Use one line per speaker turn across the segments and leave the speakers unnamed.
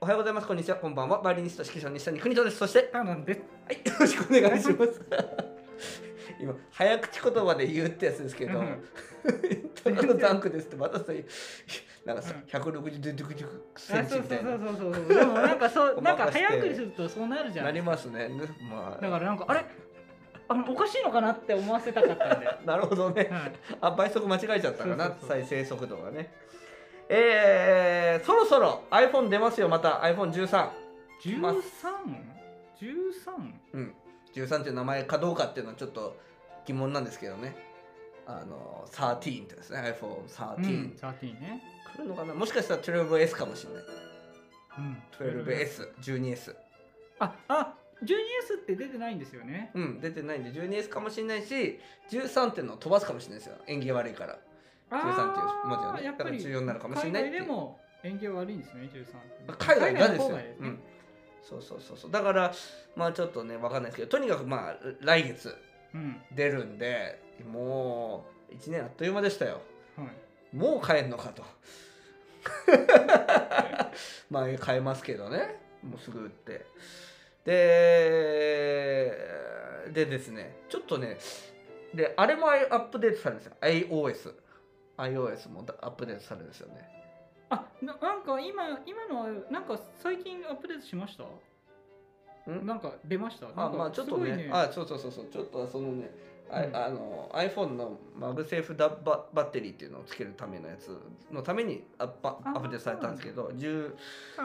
おはようございます。こんにちは。こんばんは。バイオリニスト指揮者の西谷邦人です。そして、
あなんで
はい、よろしくお願いします。今、早口言葉で言うってやつですけど、
う
うん
ん、
ただのダンクですって、またそういう、なんかさ
うん、
160セ
あ
ンチ
そう
み
そ
た
う
い
そう
な。
そうそうでもなんかそう
ご
な
ま
ん
か
か
して
早くするとそうなるじゃ
なんり
だ
ますね。ま
か
あ、
らなんかあれあのおかしいのかなって思わせたかったん で、
なるほどね。
はい、
あ、倍速間違えちゃったか
そう
な
そう、そう
再生速度がね。えー、そろそろ iPhone 出ますよ、また iPhone13。ま
13?13?
すうん、13っていう名前かどうかっていうのはちょっと疑問なんですけどね。あの、13ってですね、iPhone13。
うん、13ね、
来るのかなもしかしたら 12S かもしれない。
うん、
12S、12S。
ああ 12S って出てないんですよね
うん、出てないんで 12S かもしれないし、13っていうのを飛ばすかもしれないですよ。縁起悪いから。13っていう文字はね。だから14になるかもしれないっ
海
てい
外
う
でも縁起悪いんですね13
まあ海外がですよ、
海外の方
う
ね
ん、そうそうそうそうだからまあちょっとねわかんないですけどとにかくまあ来月
うん、
出るんでもう1年あっという間でしたよ
はい
もう帰んのかと まあ変えますけどねもうすぐ売ってででですねちょっとねであれもアップデートされるんですよ iOSiOS もアップデートされるんですよね
あななんか今今のはなんか最近アップデートしました
ん
なんか出ました
あ
なんか
まあちょっとね
すごい
あそうそうそうそうちょっとそのね、あ
うん
あの iPhone のマグセーフダババッテリーっていうのをつけるためのやつのためにアップア
あ
ップデートされたんですけど10、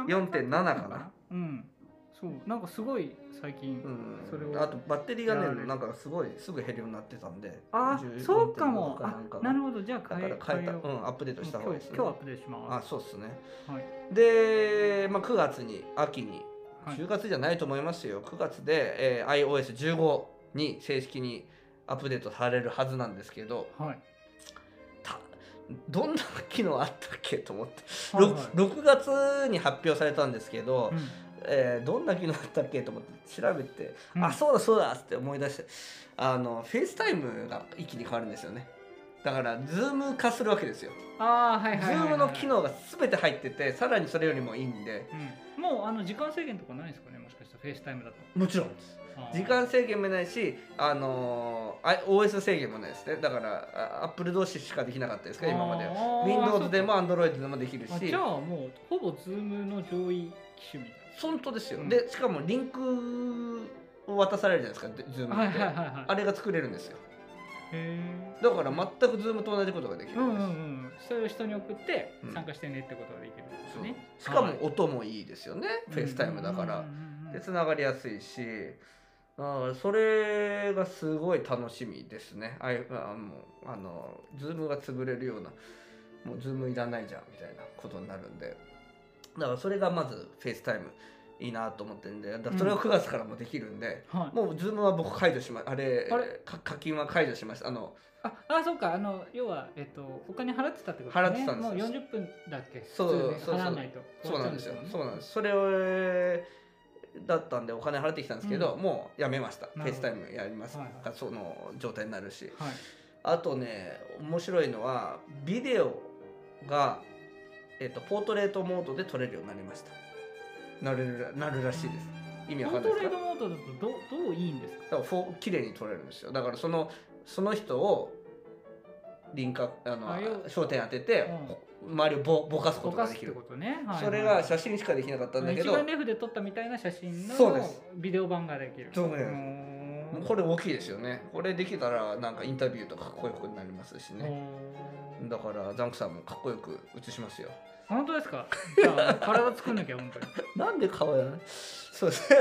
4.7
4.7かな
うんそうなんかすごい最近、
うん
それを
あとバッテリーが
やら
ね
れる
なんかすごいすぐ減るようになってたんで
あ
14.5
そうかも
な
あ
んか
なるほどじゃあ
だから
変え
変えた
よ
う
うん
アップデートした方がいいですね
今日今日アップデートし
あ
ます
そうっすね
はい
で、まあ、9月に秋に
はい
10月じゃないと思いますよ9月で、えー iOS15 に正式にアップデートされるはずなんですけど
はい
たどんな機能あったっけと思って、
はい
ろ6月に発表されたんですけど、
うん
えーどんな機能あったっけと思って調べて、
うん
あそうだそうだっつって思い出してあのフェイスタイムが一気に変わるんですよねだからズーム化するわけですよ、
あーはいはいはい、は
ズ
い、
ームの機能が全て入っててさらにそれよりもいいんで
うんもうあの時間制限とかないんですかねもしかしたらフェイスタイムだと
もちろんです
あー
時間制限もないし、あのー、あ OS 制限もないですねだからあ Apple 同士しかできなかったですから今までは
あー
Windows でも Android でもできるし
あじゃあもうほぼズームの上位機種みたい
本当ですよ、
うん
でしかもリンクを渡されるじゃないですか Zoom って、
なはいはいはいはい
あれが作れるんですよ
へ
だから全く Zoom と同じことができ
え
る
うんん
で
う
す、
んうんそれを人に送って
うん
参加してねってことができるんです
そう
ね、
しか
は
も
い
音もいいですよね、フェイスタイムだから、
うんうんうんうん
で繋がりやすいしあーそれがすごい楽しみですねあいあもうあのズームが潰れるようなもうズームいらないじゃんみたいなことになるんでだからそれがまずフェイスタイムいいなと思ってるんでだからそれを9月からもできるんで、
はい
もうズームは僕解除しまあれ
あれ
か課金は解除しましたあの
ああそうかあの要は、えっとお金払ってたってことね
払ってたんですよ
もう40分だっけ
そう
普通
そうそう
ね、払わないと終
そうな
わっちゃ
んですよ、
もね
そうなんですそれをだったんでお金払ってきたんですけど、
う
もうやめましたフ
な
ェ
る
イ
ほ
ス
ど
タイムやります
はい
がその状態になるし
はい
あとね面白いのはビデオが、えっとポートレートモードで撮れるようになりましたなるらなるらしいです意味わ
ポ
か
ー
んないです
トレ
か
ートモードだとどどういいんですか
だからフォー綺麗に撮れるんですよだからそのその人を輪郭あの
あ要
焦点当てて、周りをぼぼかすこと
ぼ
が
か
です
っ
き
て
る
ことね、はいはい
それが写真しかできなかったんだけど
一眼レフで撮ったみたいな写真の
そうです
ビデオ版ができる
そうです
うーん
これ大きいですよねこれできたらなんかインタビューとかかっこよくなりますしね
おー
だからザンクさんもかっこよく映しますよ
本当で すかじゃあ体作んなきゃ本当に
なんで顔やね そうです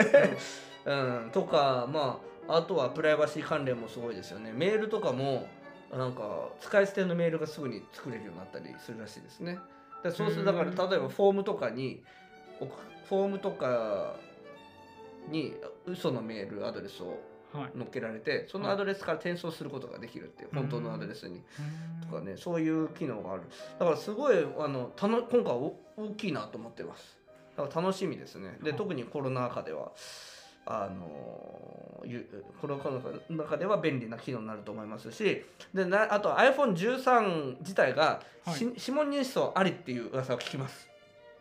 ねうんとかまああとはプライバシー関連もすごいですよねメールとかもなんか使い捨てのメールがすぐに作れるようになったりするらしいですねでそうする
う
だ
ーん
から例えばフォームとかに送フォームとかに嘘のメールアドレスを
はい
乗っけられてそのアドレスから転送することができるっていう
うん
本当のアドレスにとか
ね
ねそういう機能があるだからすごいあのたの今回はお大きいなと思ってますだから楽しみですねで
はい
特にコロナ禍ではあのゆコロナ禍の中では便利な機能になると思いますしでなあと iPhone13 自体が、
はい
し指紋認証ありっていう噂を聞きます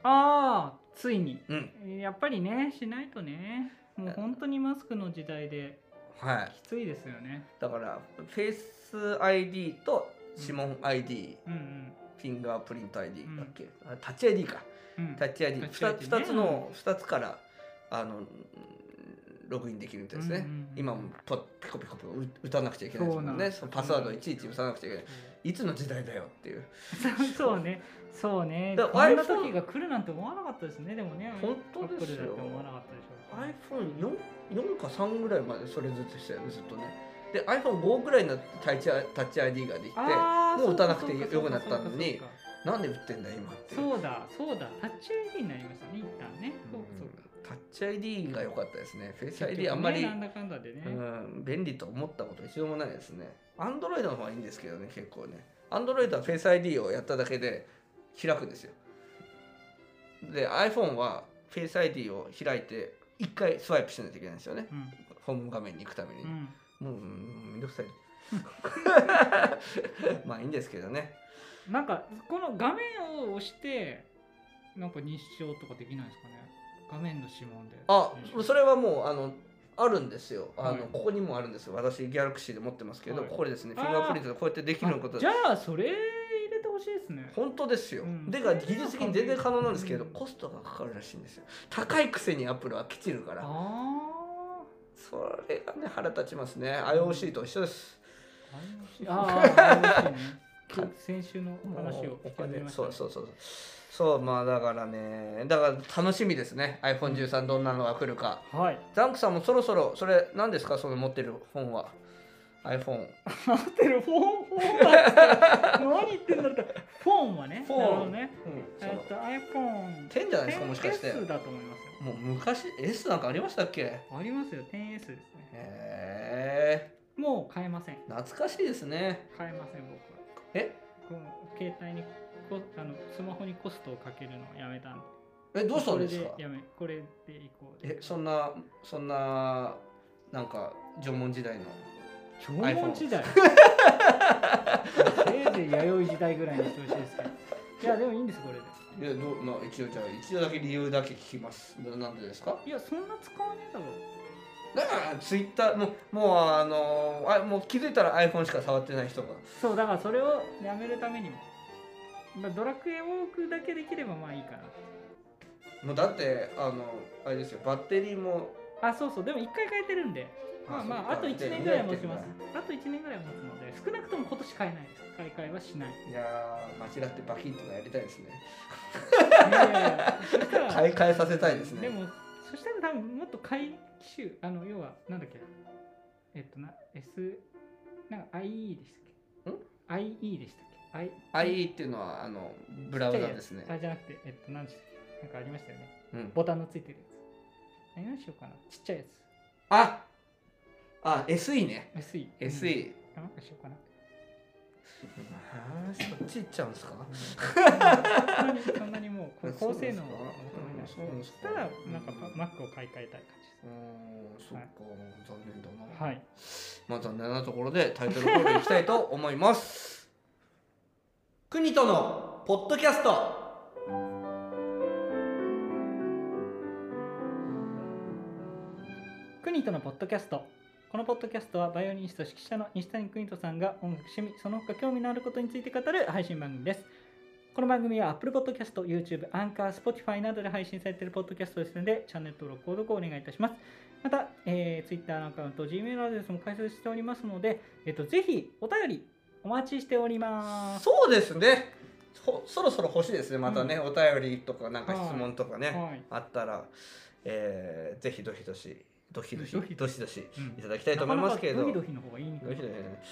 ああついに
うん
やっぱりねしないとねもう本当にマスクの時代で
はい
きついですよね
だからフェイス ID と指紋 ID、
うん
フィンガープリント ID だっけ、あタッチ ID か
うんうん
タッチ ID2
タッチ ID
つ
ね
二つの2つからあのうんログインできるみたいですね、
うんうんうん
今もポピコピコピコ打打たなくちゃいけないですもんね
そうなんです
そのパスワードいちいち打たなくちゃい けないいつの時代だよっていう
そう そうねそうね
だ
こんな
iPhone-
時が来るなんて思わなかったですねでもね
本当ですよ
アップルだって思わなかったでしょうしね
iPhone4 4か3ぐらいまでそれずつしてたよねずっとねで iPhone5 ぐらいになってタッチタッチ ID ができて
あー
もう打たなくて
そうか
よくなったのに
そうか
なんで打ってんだ今っていう
そうかそうだそうだタッチ ID になりましたね一旦ねそうかそうか
タッチ ID が良かったですね。フェイス
結局
ID
ね
あんまり、
なんだかんだでね
うん、便利と思ったこと一度もないですね。Android の方はいいんですけどね、結構ね。Android はフェイス ID をやっただけで開くんですよ。で、iPhone はフェイス ID を開いて、一回スワイプしないといけないんですよね。
うん
ホーム画面に行くために。
うん
もう、うんめんどく さい。まあいいんですけどね。
なんかこの画面を押してなんか日照とかできないですかね画面の指紋で
あ
認証
そそれはもうあのあるんですよあの、
はい
ここにもあるんですよ私ギャラクシーで持ってますけど、
はい
ここでですね
あ
フ
ー
ィンガープリントでこうやってできるようなこと
あじゃあそれ入れてほしいですね
本当ですよ、
うん
でが技術的に全然可能なんですけど、
うん
コストがかかるらしいんですよ高いくせにアップルは飽きてるから
あ
それがね腹立ちますね IOC と一緒です
ーあー 嬉しいね先週の話
も
を
うお
聞い
金
てみました
そうそうそうそうまあだからねだから楽しみですね iPhone13 どんなのが来るか
はい
ザンクさんもそろそろそれ何ですかその持ってる本は iPhone
持ってるフォンフォンは 何言ってんだろうってフォンはね
フォン
なるほどね
うん
えっと iPhone
10じゃないですかもしかして
10S だと思いますよ
もう昔 S なんかありましたっけ
ありますよ 10S ですね
へえ
もう買えません
懐かしいですね
買えません僕は
え
この携帯にこあのスマホにコストをかけるのをやめたんで
えどうしたんですか
これでやめこれでいこう
えそんなそんななんか縄文時代の
縄文時代せいぜい弥生時代ぐらいにしてほしいですけどいやでもいいんですこれで
いやどうまあ一応じゃあ一度だけ理由だけ聞きますななんでですか
いやそんな使わねえだろ
だからツイッターもうもうあのあもう気づいたら iPhone しか触ってない人が
そうだからそれをやめるためにもまあドラクエウォークだけできればまあいいか
もうだってあのあれですよバッテリーも
なあそうそうでも1回変えてるんでまあまああと1年ぐらいは持ちますあと1年ぐらいは持つので少なくとも今年買えないです買い替えはしない
いやー間違ってバキッとかやりたいですね
いやいやいやそしたら
買い替えさせたいですね
でもそしたら多分もっと回機種あの要はなんだっけえっとな S なんか IE でしたっけ IE でしたっけ I
IE っていうのはあのブラウザですね。
あじゃなくてえっと何でしたっけなんかありましたよね
うん、
ボタンのついてるやつ何をしようかなちっちゃいや
ああ SE ね。
つ SE SE、
SE。
うんなんかしよ うかな
あーそっち行っちゃうんですか
そんなにそんなにもうこう高性能を求めない
そうなんです
そし
か
たら
うん
なんかパ Mac を買い替えたい感じです
うーん、そっか、残念だな。
はい
まあ残念なところでタイトルコールいきたいと思います。国とのポッドキャスト。
クニトのポッドキャストこのポッドキャストはバイオリニスト指揮者の西谷邦人さんが音楽趣味その他興味のあることについて語る配信番組ですこの番組は Apple Podcast、YouTube、Anchor、Spotify などで配信されているポッドキャストですのでチャンネル登録、購読をお願いいたしますまた、えー Twitter のアカウント、Gmail アドレスも開設しておりますので、えっと、ぜひお便りお待ちしております
そうですね。ほそろそろ欲しいですね。またね、お便りとかなんか質問とかね、
はい、
あったら、えー、ぜひどひどしどひどし
どひ
どしどし
うん
いただきたいと思いますけれど。
なかなかドキドキの方がいいんだ
よろしいですね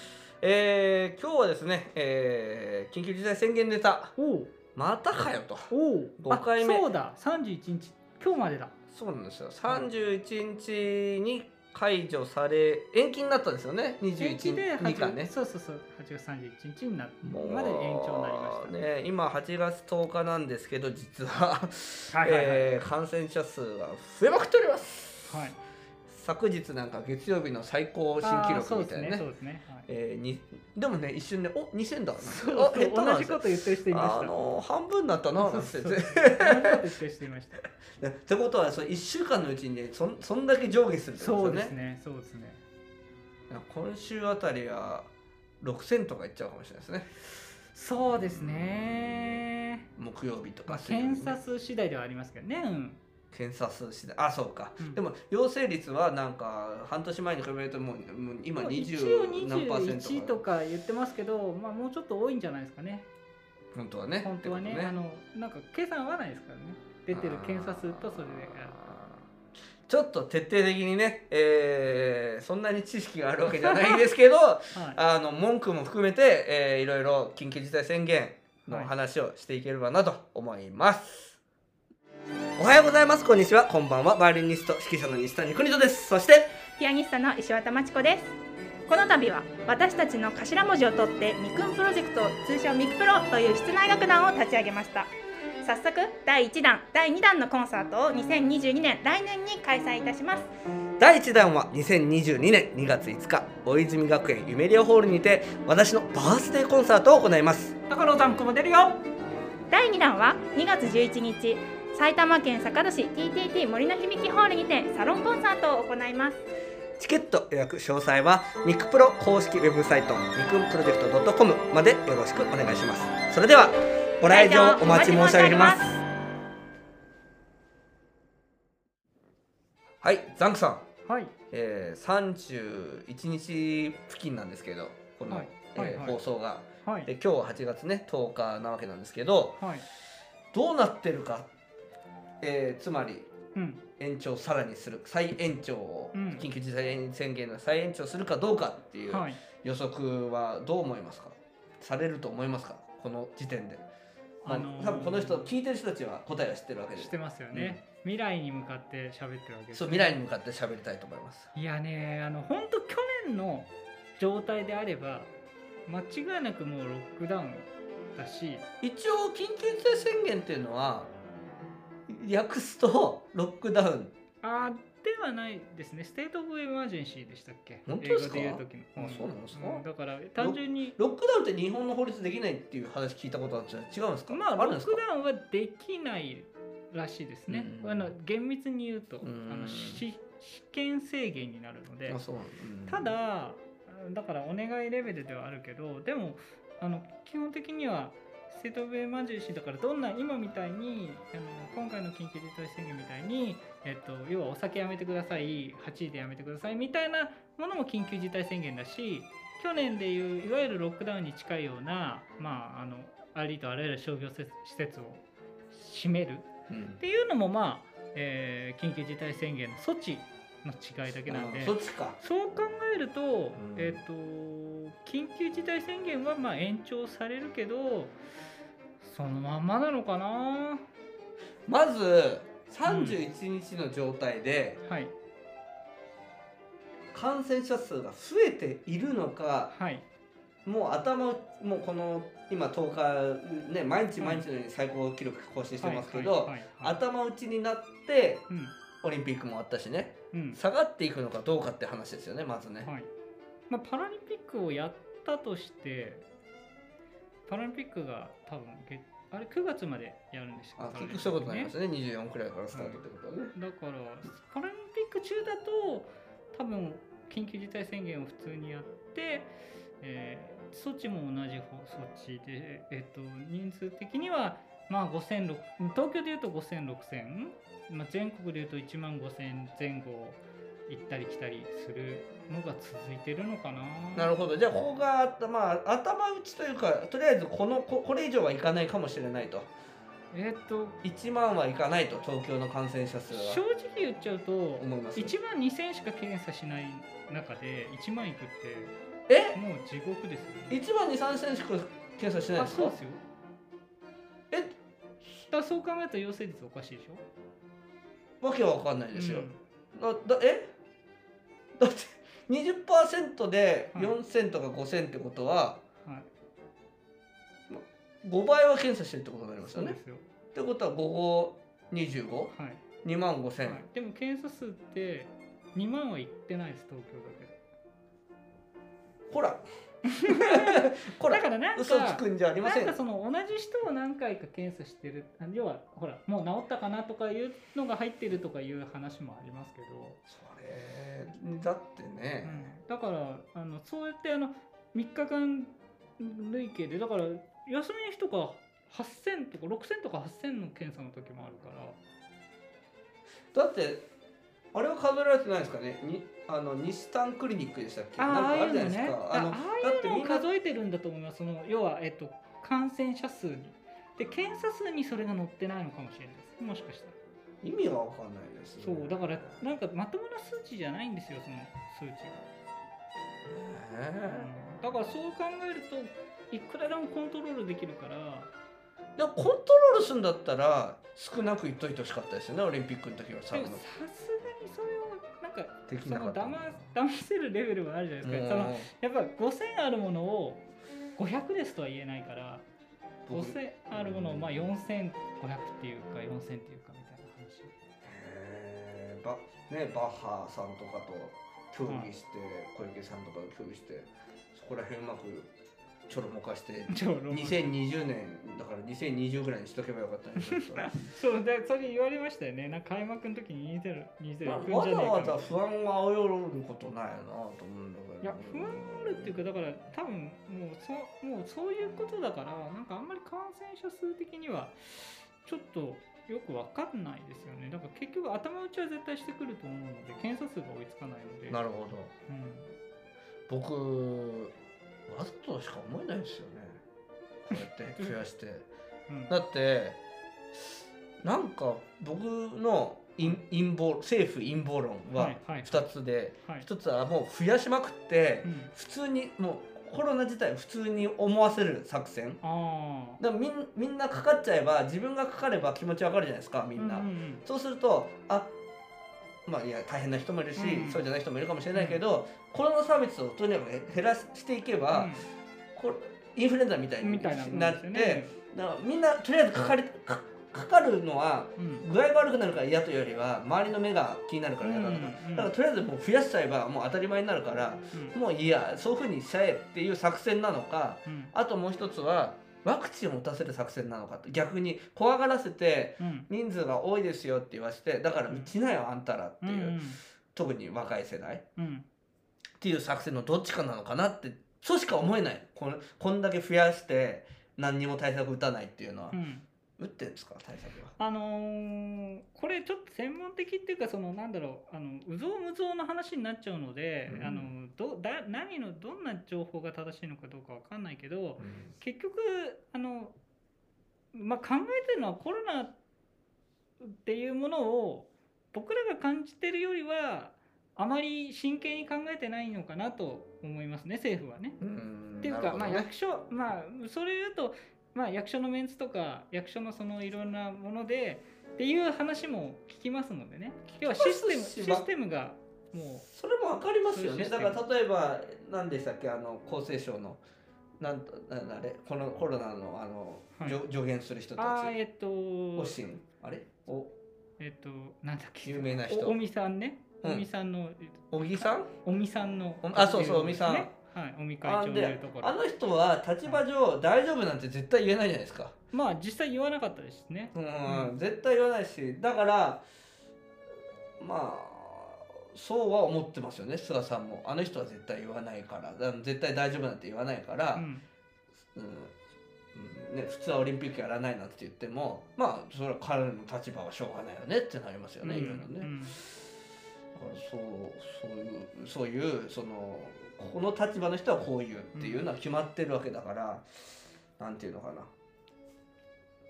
えー今日はですね、えー緊急事態宣言出た
おう
またかよと
おうあ
五回目
そうだ31日今日までだ
そうなんですよ31日に解除され延期になったんですよね21
11
日
で
2巻ね
そうそうそう8月31日にな
もう
まで延長になりました
ね今8月10日なんですけど実は
はいはいはい
えー感染者数が増えまくっております
はい
昨日なんか月曜日の最高新記
あー
録
そう
み
で
た
す
いな
ね
ね
そうですね、はい
えーにでもね一瞬で「お2000だ」
そう
あ
そう
減ったな
同じこと言ってる人いました
あのー半分になったな」なんて
そう
言
そ
って
う同じこと言ってる人いました
ねってことはその1週間のうちにねそんそんだけ上下するってこ
そ
と
うで
です
す
ね
ねそうですね
今週あたりは6000とかいっちゃうかもしれないですね
そうですね、
木曜日とか
まあ、
水曜日ね
検査数次第ではありますけどね、うん、
検査数次第あそうか、
うん
でも陽性率はなんか半年前に比べるともうもう今
でも一応
20何パーセン
21
ト
と
か
か言ってますけど、まあ、もうちょっと多いんじゃないですかね
本当はね
本当はね
ってこと
あのなんか計算合わないですからね出てる検査数とそれで
ちょっと徹底的にね、えーそんなに知識があるわけじゃないんですけど
はい
あの文句も含めて、えーいろいろ緊急事態宣言の話をしていければなと思います、おはようございますこんにちはこんばんはバイオリニスト指揮者の西谷邦人ですそして
ピアニストの石渡真知子です。この度は私たちの頭文字を取ってミクンプロジェクト通称ミクプロという室内楽団を立ち上げました。早速第1弾、第2弾のコンサートを2022年来年に開催いたします。
第1弾は2022年2月5日大泉学園ゆめりおホールにて私のバースデーコンサートを行います
高野さんここも出るよ
第2弾は2月11日、埼玉県坂戸市 TTT 森の響きホールにてサロンコンサートを行います。
チケット予約詳細はミクプロ公式ウェブサイトミクンプロジェクト .com までよろしくお願いしますそれではご来場お待ち申し上げますはいザンクさん、
はい
えー、31日付近なんですけどこの、
はい
えー
はいはい
放送が
はい
で今日は8月ね10日なわけなんですけど
はい
どうなってるか、えー、つまり
うん
延長さらにする再延長を、
うん
緊急事態宣言の再延長するかどうかっていう
はい
予測はどう思いますかされると思いますかこの時点で、まあ
あのー
多分この人聞いてる人たちは答えは知ってるわけで
知ってますよね、未来に向かって喋ってるわけです
そう未来に向かって喋りたいと思います
いやねあの本当去年の状態であれば間違いなくもうロックダウンだし
一応緊急事態宣言っていうのは訳すとロックダウン
あではないですねステート・オブ・エマージェンシーでしたっけ
本当ですか
英語で言う時の
あそうなんですか
だから単純に
ロックダウンって日本の法律できないっていう話聞いたことあるんですよ違うんですか、
まあ、
あるん
ロ
で
ッ
すか
クダウンはできないらしいですね。
うん
あの厳密に言うと、
うん
あのし試験制限になるので、
あそう、うん
ただだからお願いレベルではあるけどでもあの基本的にはステート・オブ・エマージェンシーだからどんな今みたいにあの今回の緊急事態宣言みたいに、えっと、要はお酒やめてください8位でやめてくださいみたいなものも緊急事態宣言だし去年でいういわゆるロックダウンに近いような、まあ、あのありとあらゆる商業施設施設を閉める
うん
っていうのも、まあえー緊急事態宣言の措置の違いだけなんで
あ。そっちか
そう考えると、
ん
えっ、と緊急事態宣言はまあ延長されるけどそのまんまなのかな
まず31日の状態で
はい
感染者数が増えているのか
はい
もう頭をもうこの今10日ね毎日毎日のように最高記録更新してますけ
はい
ど
はいはいはい
頭打ちになって
うん
オリンピックもあったしね
うん
下がっていくのかどうかって話ですよねまずね。
はいまあ、パラリンピックをやったとしてパラリンピックが多分げあれ9月までやるんでした
あ
っけ
結局そういうことになりま
パ
すね24くらいからスタートってことはね。
ラリンピックねだからパラリンピック中だと多分緊急事態宣言を普通にやって、えー措置も同じ方措置で、えー、と人数的には、まあ、5000東京でいうと56,000、まあ、全国でいうと1万5,000前後行ったり来たりするのが続いてるのかな。
なるほどじゃあここがあったまあ頭打ちというかとりあえずこのここれ以上はいかないかもしれないと
えー、と
1万はいかないと東京の感染者数
正
は
直言っちゃうと1
思います。
万2,000しか検査しない中で1万いくっ
え
てもう地獄ですよね。
一番に三選しか検査してないん
あ
ですか
そうですよ
え
だからそう考えると陽性率おかしいでしょ
わけわかんないですよ、
うん
だだえ だって20%で
はい
4000とか5000ってことは
はい、
5倍は検査してるってことになります
そ
よ
う
ね
ですよ、
ってことは5 5 25
はい
万5千、
はい、でも検査数って2万は行ってないです東京だけど
ほ らほら
だからなんか
嘘つくんじゃありません
なんかその同じ人を何回か検査してるあ要はほらもう治ったかなとかいうのが入ってるとかいう話もありますけど、
それだってね、
だからあのそうやってあの3日間累計でだから休みの日とか8000とか6000とか8000の検査の時もあるから
だってあれは数えられてないですかねにあの西丹クリニックでしたっけなん
あああ
かあ
い
る
う
じゃないで
の
す
ね
か
あああ
だっ
い
て
う
み
のを
んな
数えてるんだと思いますその要は、えっと、感染者数にで検査数にそれが載ってないのかもしれないですもしかしたら。
意味がわかんないですね
そうだから
ね
なんかまともな数値じゃないんですよその数値が、
え
だからそう考えるといくらでもコントロールできるから
でもコントロールするんだったら少なく言っといてほしかったですよねオリンピックの時は
で
3
も
の
さすがにそれをなんか
で
そ
きなか
の
った
だ
もん
ま騙せるレベルはあるじゃないですかその
も
やっぱ5000あるものを500ですとは言えないから
う僕
5000あるものをまあ4500っていうか4000っていうかみたいな話
へーバねバッハさんとかと協議して、小池さんとかと協議してそこら辺うまくちょろもかして
ちょロマン
2020年だから2020ぐらいにしとけばよかったんですけど
そうでそれ言われましたよねなんか開幕の時に2020行くんじゃねえかみ
わ
た
ざ
いな
わざ不安を煽ることないなと思うんだけど
いや不安があるっていうかだから多分もうそもうそういうことだからなんかあんまり感染者数的にはちょっとよくわかんないですよねだから結局頭打ちは絶対してくると思うので検査数が追いつかないので
なるほど
うん、
僕わざとしか思えないですよねこうやって増や して
うん、
だってなんか僕の陰陰謀政府陰謀論
は
はい
はい
2つで
はい、
1つはもう増やしまくって
うん、
普通にもうコロナ自体を普通に思わせる作戦
あ
だからみんみんなかかっちゃえば自分がかかれば気持ちわかるじゃないですかみ
み
んな、
うんうん
そうするとあまあいや大変な人もいるし、
うん
そうじゃない人もいるかもしれないけど、コロナ差別をとにかく減らしていけば、こインフルエンザみたい
うん、
に
み
な
た
っ
いな
て
もんですよね、
だからみんなとりあえずかかりかかかるのは
うん、
具合が悪くなるから嫌というよりは周りの目が気になるから嫌だとか、
うんうん
だからとりあえずもう増やしちゃえばもう当たり前になるから
うん
もういいやそういうふうにしちゃえっていう作戦なのか
うん
あともう一つはワクチンを打たせる作戦なのかと逆に怖がらせて
うん
人数が多いですよって言わせてだから打ちなよあんたらって
う
い
ん
う、特に若い世代っ
うん
ていう作戦のどっちかなのかなってそうしか思えないこんこんだけ増やして何にも対策打たないっていうのは、
うん
打ってんですか対策は。
あのーこれちょっと専門的っていうかそのなんだろうあのうぞうむぞうの話になっちゃうので、
うん
あのどだ何のどんな情報が正しいのかどうかわかんないけど結局あの、まあ、考えてるのはコロナっていうものを僕らが感じてるよりはあまり真剣に考えてないのかなと思いますね政府はね。
うん
っていう
な
か、
るほ
ま
ど
あ、
ね
役所まあそれ言うと、まあ、役所のメンツとか役所のそのいろんなものでっていう話も聞きますのでね要はシステム
し
シ
ま
ステムがも
それもわかりますよ
そういう
ね
システ
だ
ム
から例えば何でしたっけあの厚生省のなんとなんだあれこのコロナのあの、
はい
助助言する人
うあ
た
あ
ち
えっと
おしんあれお
えっとなんだっけ
有名な人
おおみさんね
うん
おみさんの、えっ
小木さん
とおみさんの
おあそうそう
活動ですね
おみ
はいおみ会
あ
長のい
で
るとこ
あ
ろ
の人は立場上大丈夫なんて絶対言えないじゃないですか
まあ実際言わなかったですしね
うん、
う
絶対言わないしだからまあそうは思ってますよね菅さんもあの人は絶対言わないからだから絶対大丈夫なんて言わないから、
うん
うんうんね、普通はオリンピックやらないなんて言ってもまあそれは彼の立場はしょうがないよねってなりますよね、
うん
いろいろね、
う
だ
ん
からそうそういうそういうそのここの立場の人はこういうっていうのは決まってるわけだから、なんていうのかな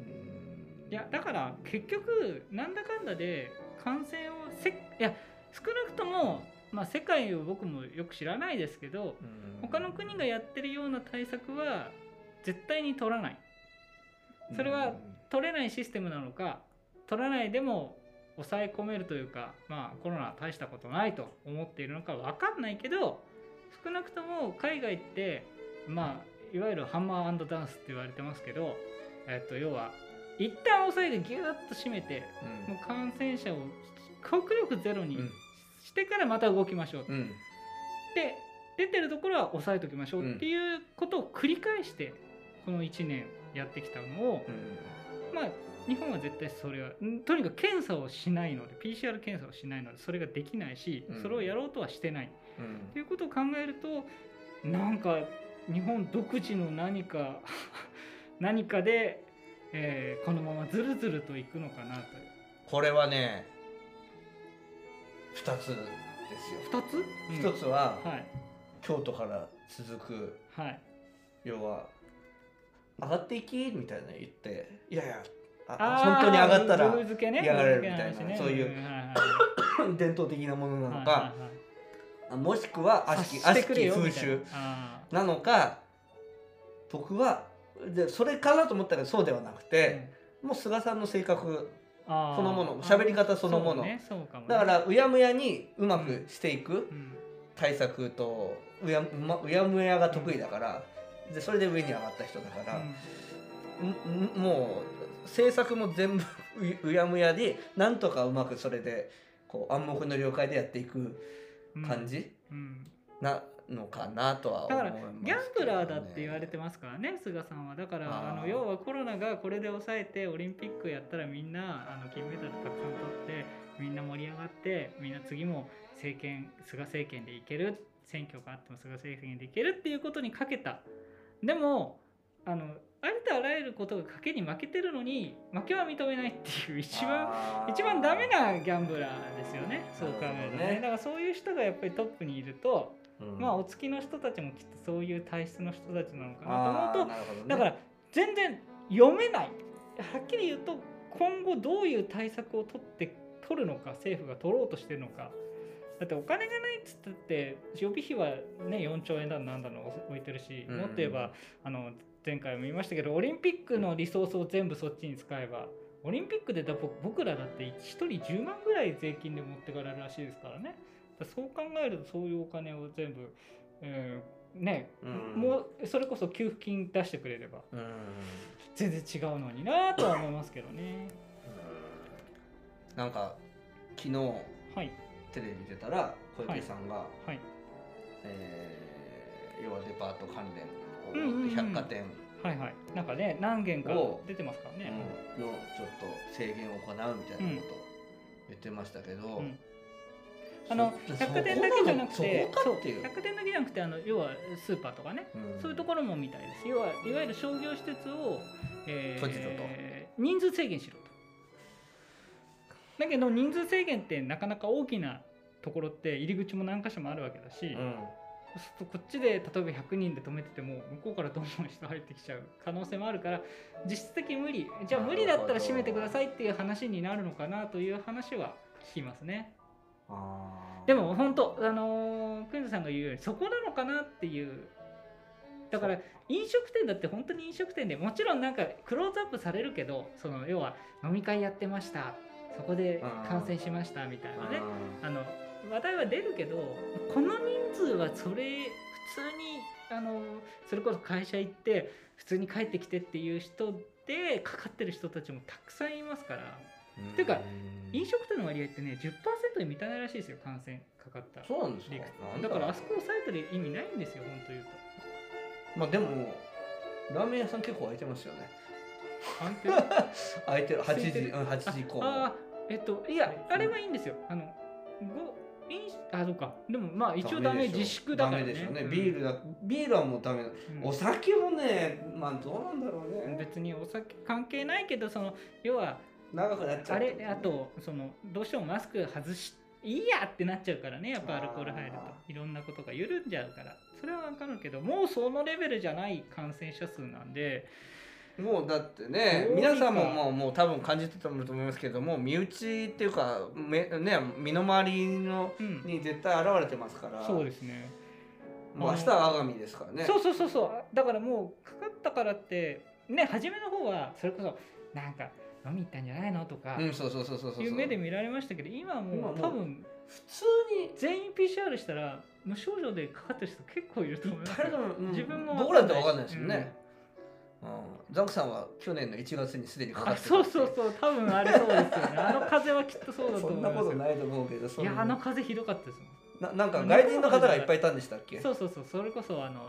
うん
いやだから結局なんだかんだで感染をせいや少なくとも、まあ、世界を僕もよく知らないですけど
うん
他の国がやってるような対策は絶対に取らないそれは取れないシステムなのか取らないでも抑え込めるというか、まあ、コロナは大したことないと思っているのか分かんないけど少なくとも海外って、まあ、いわゆるハンマーダンスって言われてますけど、えっと、要は一旦抑えてギューッと締めて
うん、
もう感染者を極力ゼロに
うん
してからまた動きましょう
うん
で出てるところは抑えておきましょうっていうことを繰り返してこの1年やってきたのを、
うん
まあ日本は絶対それはんとにかく検査をしないので PCR 検査をしないのでそれができないし、
うん
それをやろうとはしてない
うん
ということを考えるとなんか日本独自の何か 何かで、えーこのままずるずるといくのかなと
これはね2つですよ
2つ、
一
つ
つは、
はい
京都から続く
はい
要は上がっていきみたいな言っていやいやあ
あー
本当に上がったら
ルール付けね
嫌がられるみたいな
ルール付けの話
そういう
うんはいはい
伝統的なものなの
は
か
いはいはい
もしくは悪しき悪しき風習
あ
なのか僕はでそれかなと思ったけどそうではなくて、もう菅さんの性格そのもの喋り方そのものだからうやむやにうまくしていく対策とうや,、ま、うやむやが得意だからでそれで上に上がった人だから、んんもう制作も全部ううやむやでなんとかうまくそれでこう暗黙の了解でやっていく感、じ、
うんうん
なのかなとは
だ
思
か
い
ら
ますけどね、
ギャンブラーだって言われてますからね菅さんはだからあ
あー
の要はコロナがこれで抑えてオリンピックやったらみんなあの金メダルたくさん取ってみんな盛り上がってみんな次も政権菅政権でいける選挙があっても菅政権でいけるっていうことにかけたでもあのありとあらゆることが賭けに負けてるのに負けは認めないっていう一番
あー
一番ダメなギャンブラーですよねそう考
なるほ
える
ど
と
ね
ねだからそういう人がやっぱりトップにいると、
うん
まあお付きの人たちもきっとそういう体質の人たちなのか
あ
なと
ー
思う
なるほどね
とだから全然読めないはっきり言うと今後どういう対策を取って取るのか政府が取ろうとしてるのかだってお金じゃないっつったって予備費はね4兆円だなんだの置いてるし、
うん
もっと言えばあの前回も言いましたけどオリンピックのリソースを全部そっちに使えばオリンピックでだ僕僕らだって1人10万ぐらい税金で持ってかれるらしいですからねだからそう考えるとそういうお金を全部、えーね、
うん
もうそれこそ給付金出してくれれば
うん
全然違うのになぁとは思いますけど ね
なんか昨日
はい
テレビ出たら小池さんが、
はい
えー要はデパート関連
うんうんうん
百貨店
はいはいなんかね何件か
おう
出てますから
の
ね、
ちょっと制限を行うみたいなことを言ってましたけど、
うんあの
そ
百貨店だけじゃなくて
そこかってい
そう
う
百貨店だけじゃなくてあの要はスーパーとかねそういうところもみたいです。要はいわゆる商業施設を、えー
閉じろと
人数制限しろと。だけど人数制限ってなかなか大きなところって入り口も何箇所もあるわけだし、
うん
そうするとこっちで例えば100人で止めてても向こうからどんどん人入ってきちゃう可能性もあるから実質的に無理じゃあ無理だったら閉めてくださいっていう話になるのかなという話は聞きますね。
あー
でも本当あのー、クイズさんが言うようにそこなのかなっていうだから飲食店だって本当に飲食店でもちろんなんかクローズアップされるけどその要は飲み会やってましたそこで感染しましたみたいなねあの話題は出るけどこの人数はそれ普通にあのそれこそ会社行って普通に帰ってきてっていう人でかかってる人たちもたくさんいますから
うん
ていうか
ん
飲食店の割合ってね10%に満たないらしいですよ感染かかった
そうなんですか
理屈
なん
だ
だ
からあそこ抑えてる意味ないんですよ本当言うと
まあでもラーメン屋さん結構空いてますよね
安 定
空いてる8
空いて
時
る
うん8時以降
ああえっといやあれはいいんですよあのご飲酒あそうかでもまあ一応ダメ
でしょ
自粛だからね
ダメでしょうね、
うん
ビールだビールはもうダメだ、
うん
お酒もねまあどうなんだろうね
別にお酒関係ないけどその要は
長くなっちゃう
あれあとそのどうしてもマスク外しいいやってなっちゃうからねやっぱアルコール入る
あ
といろんなことが緩んじゃうからそれは分かるけどもうそのレベルじゃない感染者数なんで
もうだってね
どうにか
皆さんももうもう多分感じてたと思いますけども身内っていうかめね身の回りの
うん
に絶対現れてますから
そうですね
もう明日は我が身ですからね
そうそうそうそうだからもうかかったからってね初めの方はそれこそなんか飲み行ったんじゃないのとか
うんそうそうそうそうそうそう
いう目で見られましたけど今は
今も
も
う
う多分
普通に
全員 PCR したら無症状でかかってる人結構いると思います
誰で
よ
も、うん
自分も
僕らって分かんないですよね、うん、ザクさんは去年の1月にすでにかか
あ
ってた
そうそうそう多分あれそうですよ ねあの風はきっとそうだと
そ
思い
んな
ます
こと
よ
ないと思うけどそ
い
んな
やあの風ひどかったですもん
ななんか外人の方がいっぱいいたんでしたっけ
そうそうそうそれこそあの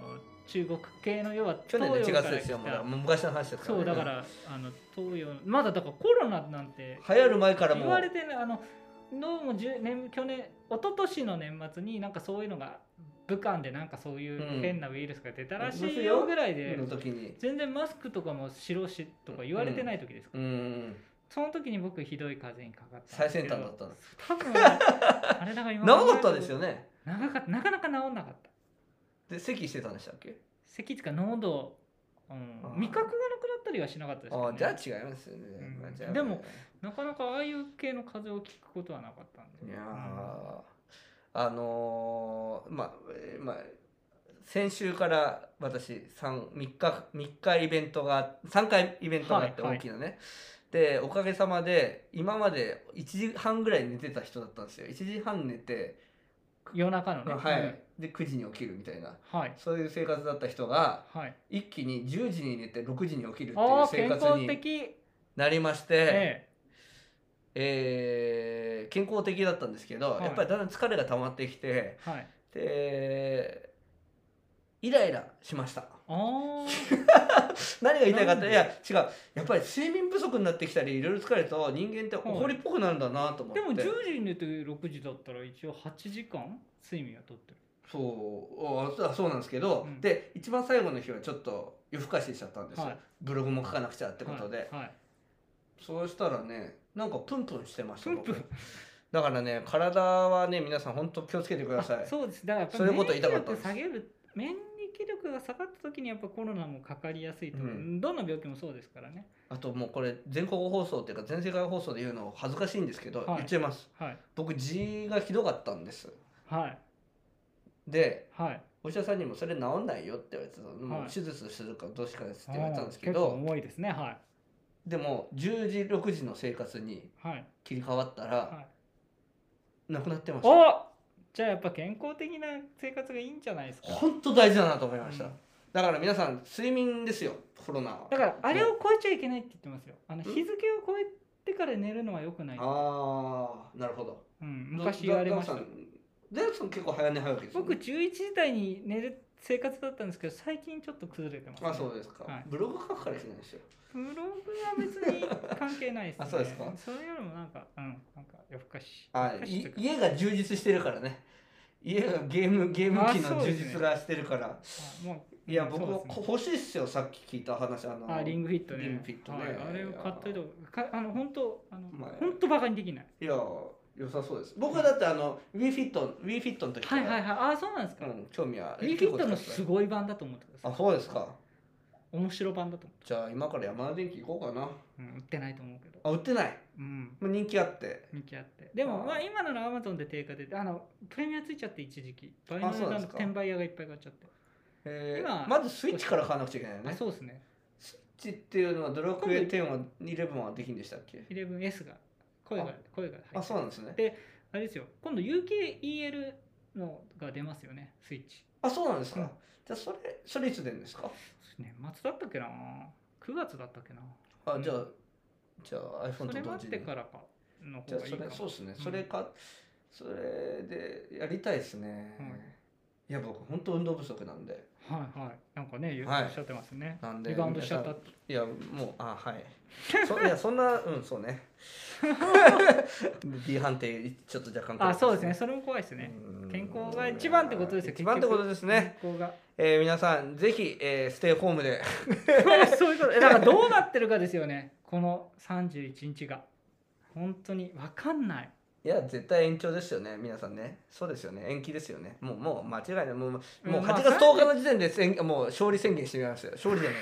中国系の要は
去年の1月
東洋から
ですよ
来
もう
た
だもう昔の話ですから、
そ
ね、
うだからあの東洋まだだからコロナなんて
流行る前からもう
言われてねあのどうも10年去年一昨年の年末になんかそういうのが武漢でなんかそういう変なウイルスが出たらしいよぐらいで
の時に
全然マスクとかも白しとか言われてない時ですか
う
ら、
ん
その時に僕ひどい風邪にかかった
最先端だったの
多分あれだから 今
長かったですよね
長かったなかなか治んなかった
で咳してたんでしたっけ
咳つか喉、う
あ
ん、
ー
味覚がなくなったりはしなかったですけど
あ
ね
じゃあ違いますよね、
うん
まあじゃあ
でもなかなかああいう系の風邪を聞くことはなかったん
い
で
やーあのーまあ、えーまあ、先週から私三三日三日イベントが3回イベントがあって
はいはい
大きなね、でおかげさまで今まで1時半ぐらい寝てた人だったんですよ1時半寝て、
夜中のね
はい、で9時に起きるみたいな
はい
そういう生活だった人が
はい
一気に10時に寝て6時に起きるってい
あ
う
あ健
生活
康
に
的え
なりまして、
え
えー健康的だったんですけど、
はい
やっぱりだんだん疲れが溜まってきて
はい
でイライラしました
あ あ
何が言いたいかっ
なん
て
で
いや違うやっぱり睡眠不足になってきたりいろいろ疲れると人間って怒りっぽくなるんだなと思って、
でも10時に寝て6時だったら一応8時間睡眠はとってる
そうあそうなんですけど、
うん
で一番最後の日はちょっと夜更かししちゃったんですよ、
はい
ブログも書かなくちゃって
て
ことで、
はい、はい、
そうしたらねなんかプンプンしてました
プンプン
僕だからね体はね皆さん本当気をつけてください
あそうですだからやっぱ
そういうこと言いたかったんです
免疫力下げる免疫力が下がった時にやっぱコロナもかかりやすいと、
うん
どんな病気もそうですからね
あともうこれ全国放送っていうか全世界放送で言うの恥ずかしいんですけど、
はい
言っちゃいます
はい
僕痔がひどかったんです
はい
で
はい
お医者さんにも「それ治んないよ」って言われてたの、もう
はい
手術するかどうしかですって言われたんですけ
あー結
ど
構重いですねは
でも10時6時の生活に
いはい
切り替わったら、
はい
なくなってました
おじゃあやっぱ健康的な生活がいいんじゃないですか
本当大事だなと思いました、
うん
だから皆さん睡眠ですよコロナは
だからあれを超えちゃいけないって言ってますよあの日付を超えてから寝るのは良くない、
ああなるほど
うん、昔言われました
ザザザクさん結構早寝早起きですよ
僕
ね
11時台に寝る生活だったんですけど最近ちょっと崩れてます、ね、
あそうですか、
はい
ブログ書くからしないですよ
ブログは別に関係ないです
あ
ね
そうですか
それよりもなんかうんなんか夜更かし
は
夜更か
い、
し
い
とか
家が充実してるからね家がゲームゲーム機
あそ
の
うで
充
すね
実がしてるから、
あもう
いや僕、
も
こ欲しいっすよさっき聞いた話あの
あリングフィットね
リングフィットね
はい、あれを買っといた方がかあの本当あの
まあ
本当バカにできない
いや良さそうです僕はだってあの WeFit WeFit の時か
は
ら、
いはいはいあそうなんですか、
うん、興味は
リンフィットの
結構
す
使って
ごい版だと思ってくだ
た
さい
あそうですか
面白版だと思
じゃあ今から山田電機行こうかな
う、うん、売ってないと思うけど
あ売ってない
うん
もう人気あって
人気あってでも
あー
まあ今ならアマゾンで定価であのプレミアついちゃって一時期バイナ
あ
ル
そう
な
なん
ん
です
か
か
転売屋がいっぱい買っちゃって
え
今
ー、まずスイッチから買わなくちゃいけないよ
あ
ね
そうですね
スイッチっていうのはドラクエ10は11はできんでしたっけ
11S が声が声が入って
あそうなんですね
であれですよ今度 UKEL のが出ますよねスイッチ
あそうなんですか、
うん
じゃあそれそれいつ出るんですか
年末だったっけな9月だったっけな
あ
うん
じゃあ、じゃあ iPhone
それ
と同
待
時
っ
に
てからかの
じ
方
ゃあ
がいい
そ
か
れ
も
そうですね、
うん
それかそれでやりたいですね、
うん
いや僕本当運動不足なんで
はいはいなんかね言う
はい
おっしゃってますね、
なんで
リバウンドしちゃった
皆
っ
さ
て
んいやもうあはいそいやそんな うんそうね D 判定ちょっと若干
あそうですねそれも怖いですね、
うん
健康が一番ってことですよ
一番ってことですね、、
結局健康が
えー皆さんぜひ、えーステイホームで
そういうことえだからどうなってるかですよねこの31日が本当に分かんない
いや絶対延長ですよね皆さんねそうですよね延期ですよねもうもう間違いないもうもうもう
まあ
8月10日の時点でせんもう勝利宣言してみますよ勝利じゃない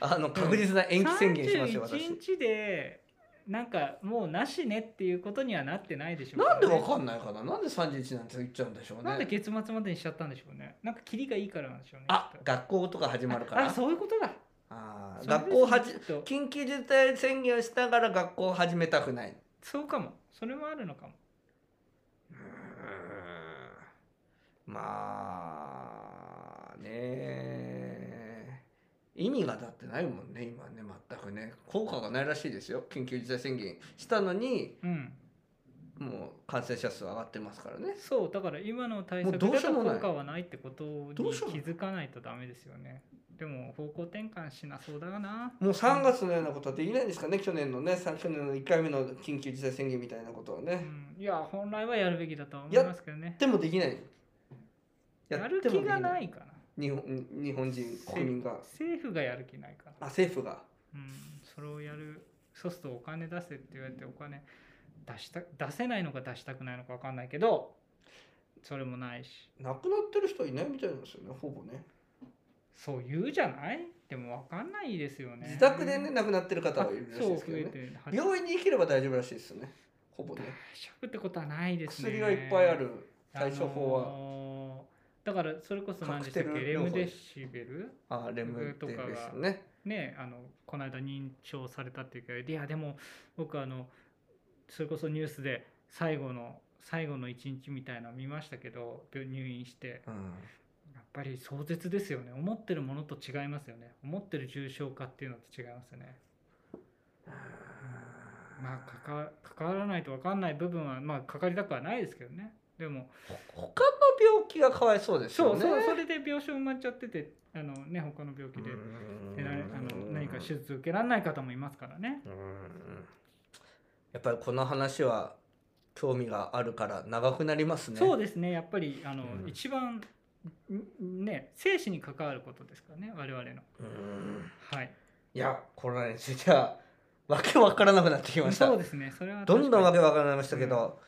あの確実な延期宣言しますよ私
31日でなんかもうなしねっていうことにはなってないでしょう
なんでわ
ん
かんないかななんで31なんて言っちゃうんでしょう
なんで
ね
月末までにしちゃったんでしょうねなんかキリがいいからなんでしょうね
あ
きっと
学校とか始まるから
あそういうことだ
あー
それ
学校はじ
きっと
緊急事態宣言をしながら学校を始めたくない
そうかもそれもあるのかも
うーんまあねー意味がだってないもんね今ね全くね効果がないらしいですよ緊急事態宣言したのに
うん、
もう感染者数上がってますからね
そうだから今の対
も
策
うどう
だ
しよ
と
うもない
効果はないってことに気
どうしようもない
づかないとダメですよねでも方向転換しなそうだな
もう3月のようなことはできないんですかね去年のねさ去年の1回目の緊急事態宣言みたいなことは
う
ね、
ん、いや本来はやるべきだとは思い
やっ
ますけどね
でもできない
や
っ
る
ても
気
でき
がないかな
日本日本人国民が
政府がやる気ないか
あ
な
政府が
うん、それをやるそうするとお金出せって言われてお金出した出せないのか出したくないのか分かんないけどそれもないし
亡くなってる人はいないみたいなんですよねほぼね
そう言うじゃないでも分かんないですよね
自宅でね亡くなってる方
あ
はいるらしい
そう
ですけ
増
どね
えてるは
病院に行ければ大丈夫らしいですよねほぼね
食ってことはないですね
薬はいっぱいある対処法
あ
は、
のーだからそれこそ何でしたっけ
カクテル
レ
療法
ムデシベル
あーレムデルですよね
ねあのこの間認証されたっていうかいやでも僕あのそれこそニュースで最後の最後の一日みたいなの見ましたけど病入院して
うん
やっぱり壮絶ですよね思ってるものと違いますよね思ってる重症化っていうのと違いますよねまあかか関わらないと分かんない部分はまあかかりたくはないですけどねでも
他の病気がかわいそうです
そ
よ
う
ね
そうそれで病床埋まっちゃっててあのね他の病気で
うん
でなあの何か手術受けられない方もいますからね
うんやっぱりこの話は興味があるから長くなりますね
そうですねやっぱりあの、
うん
一番んね生死に関わることですからね我々の
うん
はい
いやコロナについてはわけわからなくなってきました
そうですねそれは
どんどんわ
確かに
けわからなくなりましたけど、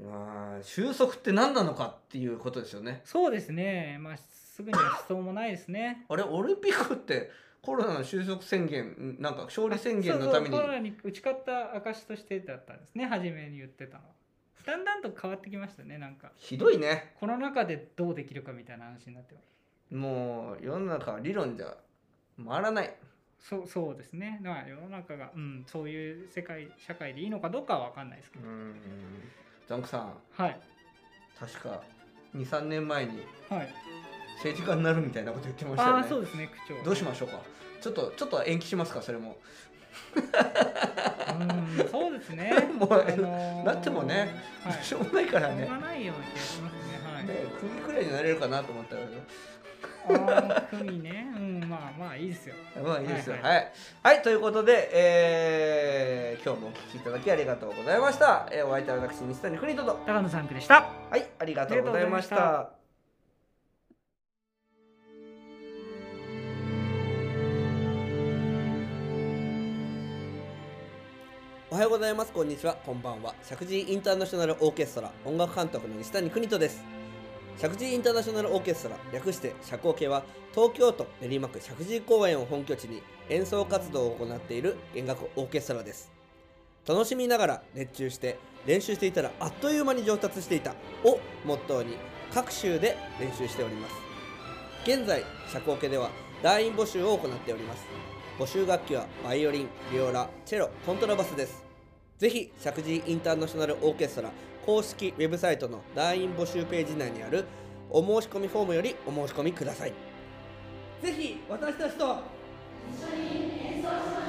まあ収束って何なのかっていうことですよね
そうですねまあすぐには思想もないですね
あれオリンピックってコロナの収束宣言なんか勝利宣言のために
そうそうコロナに打ち勝った証としてだったんですね初めに言ってたのはだんだんと変わってきましたねなんか
ひどいね
この中でどうできるかみたいな話になってます
もう世の中は理論じゃ回らない
そうそうですねまあ世の中が、うん、そういう世界社会でいいのかどうかは分かんないですけど、
ザンクさん
はい
確か23年前に
はい
政治家になるみたいなこと言ってました
あ
よ
あ
ね
ーそうですね区長
どうしましょうかちょっとちょっと延期しますかそれも。
うんそうです ね
もう
のー
なってもね、
はい、し
し
ょ
ょうがないから
う
ね
がないような気がしますね。
ね国くらいになれるかなと思ったけど
はい。ああ、組ね、うん、まあまあいいですよ。
まあいいですよ
はい
はい、はいということで、えー今日もお聞きいただきありがとうございました、えーお相手は私西谷邦人と
高野さんくでした。
はいありがとうございました
ありがとうござい
おはようございますこんにちはこんばんは石神井インターナショナルオーケストラ音楽監督の西谷邦人です石神井インターナショナルオーケストラ略して社交系は東京都練馬区石神井公園を本拠地に演奏活動を行っている弦楽オーケストラです楽しみながら熱中して練習していたらあっという間に上達していたをモットーに各州で練習しております現在社交系では団員募集を行っております募集楽器はバイオリンビオラチェロコントラバスですぜひ石神井インターナショナルオーケストラ公式ウェブサイトの団員募集ページ内にあるお申し込みフォームよりお申し込みくださいぜひ私たちと
一緒に演奏しましょう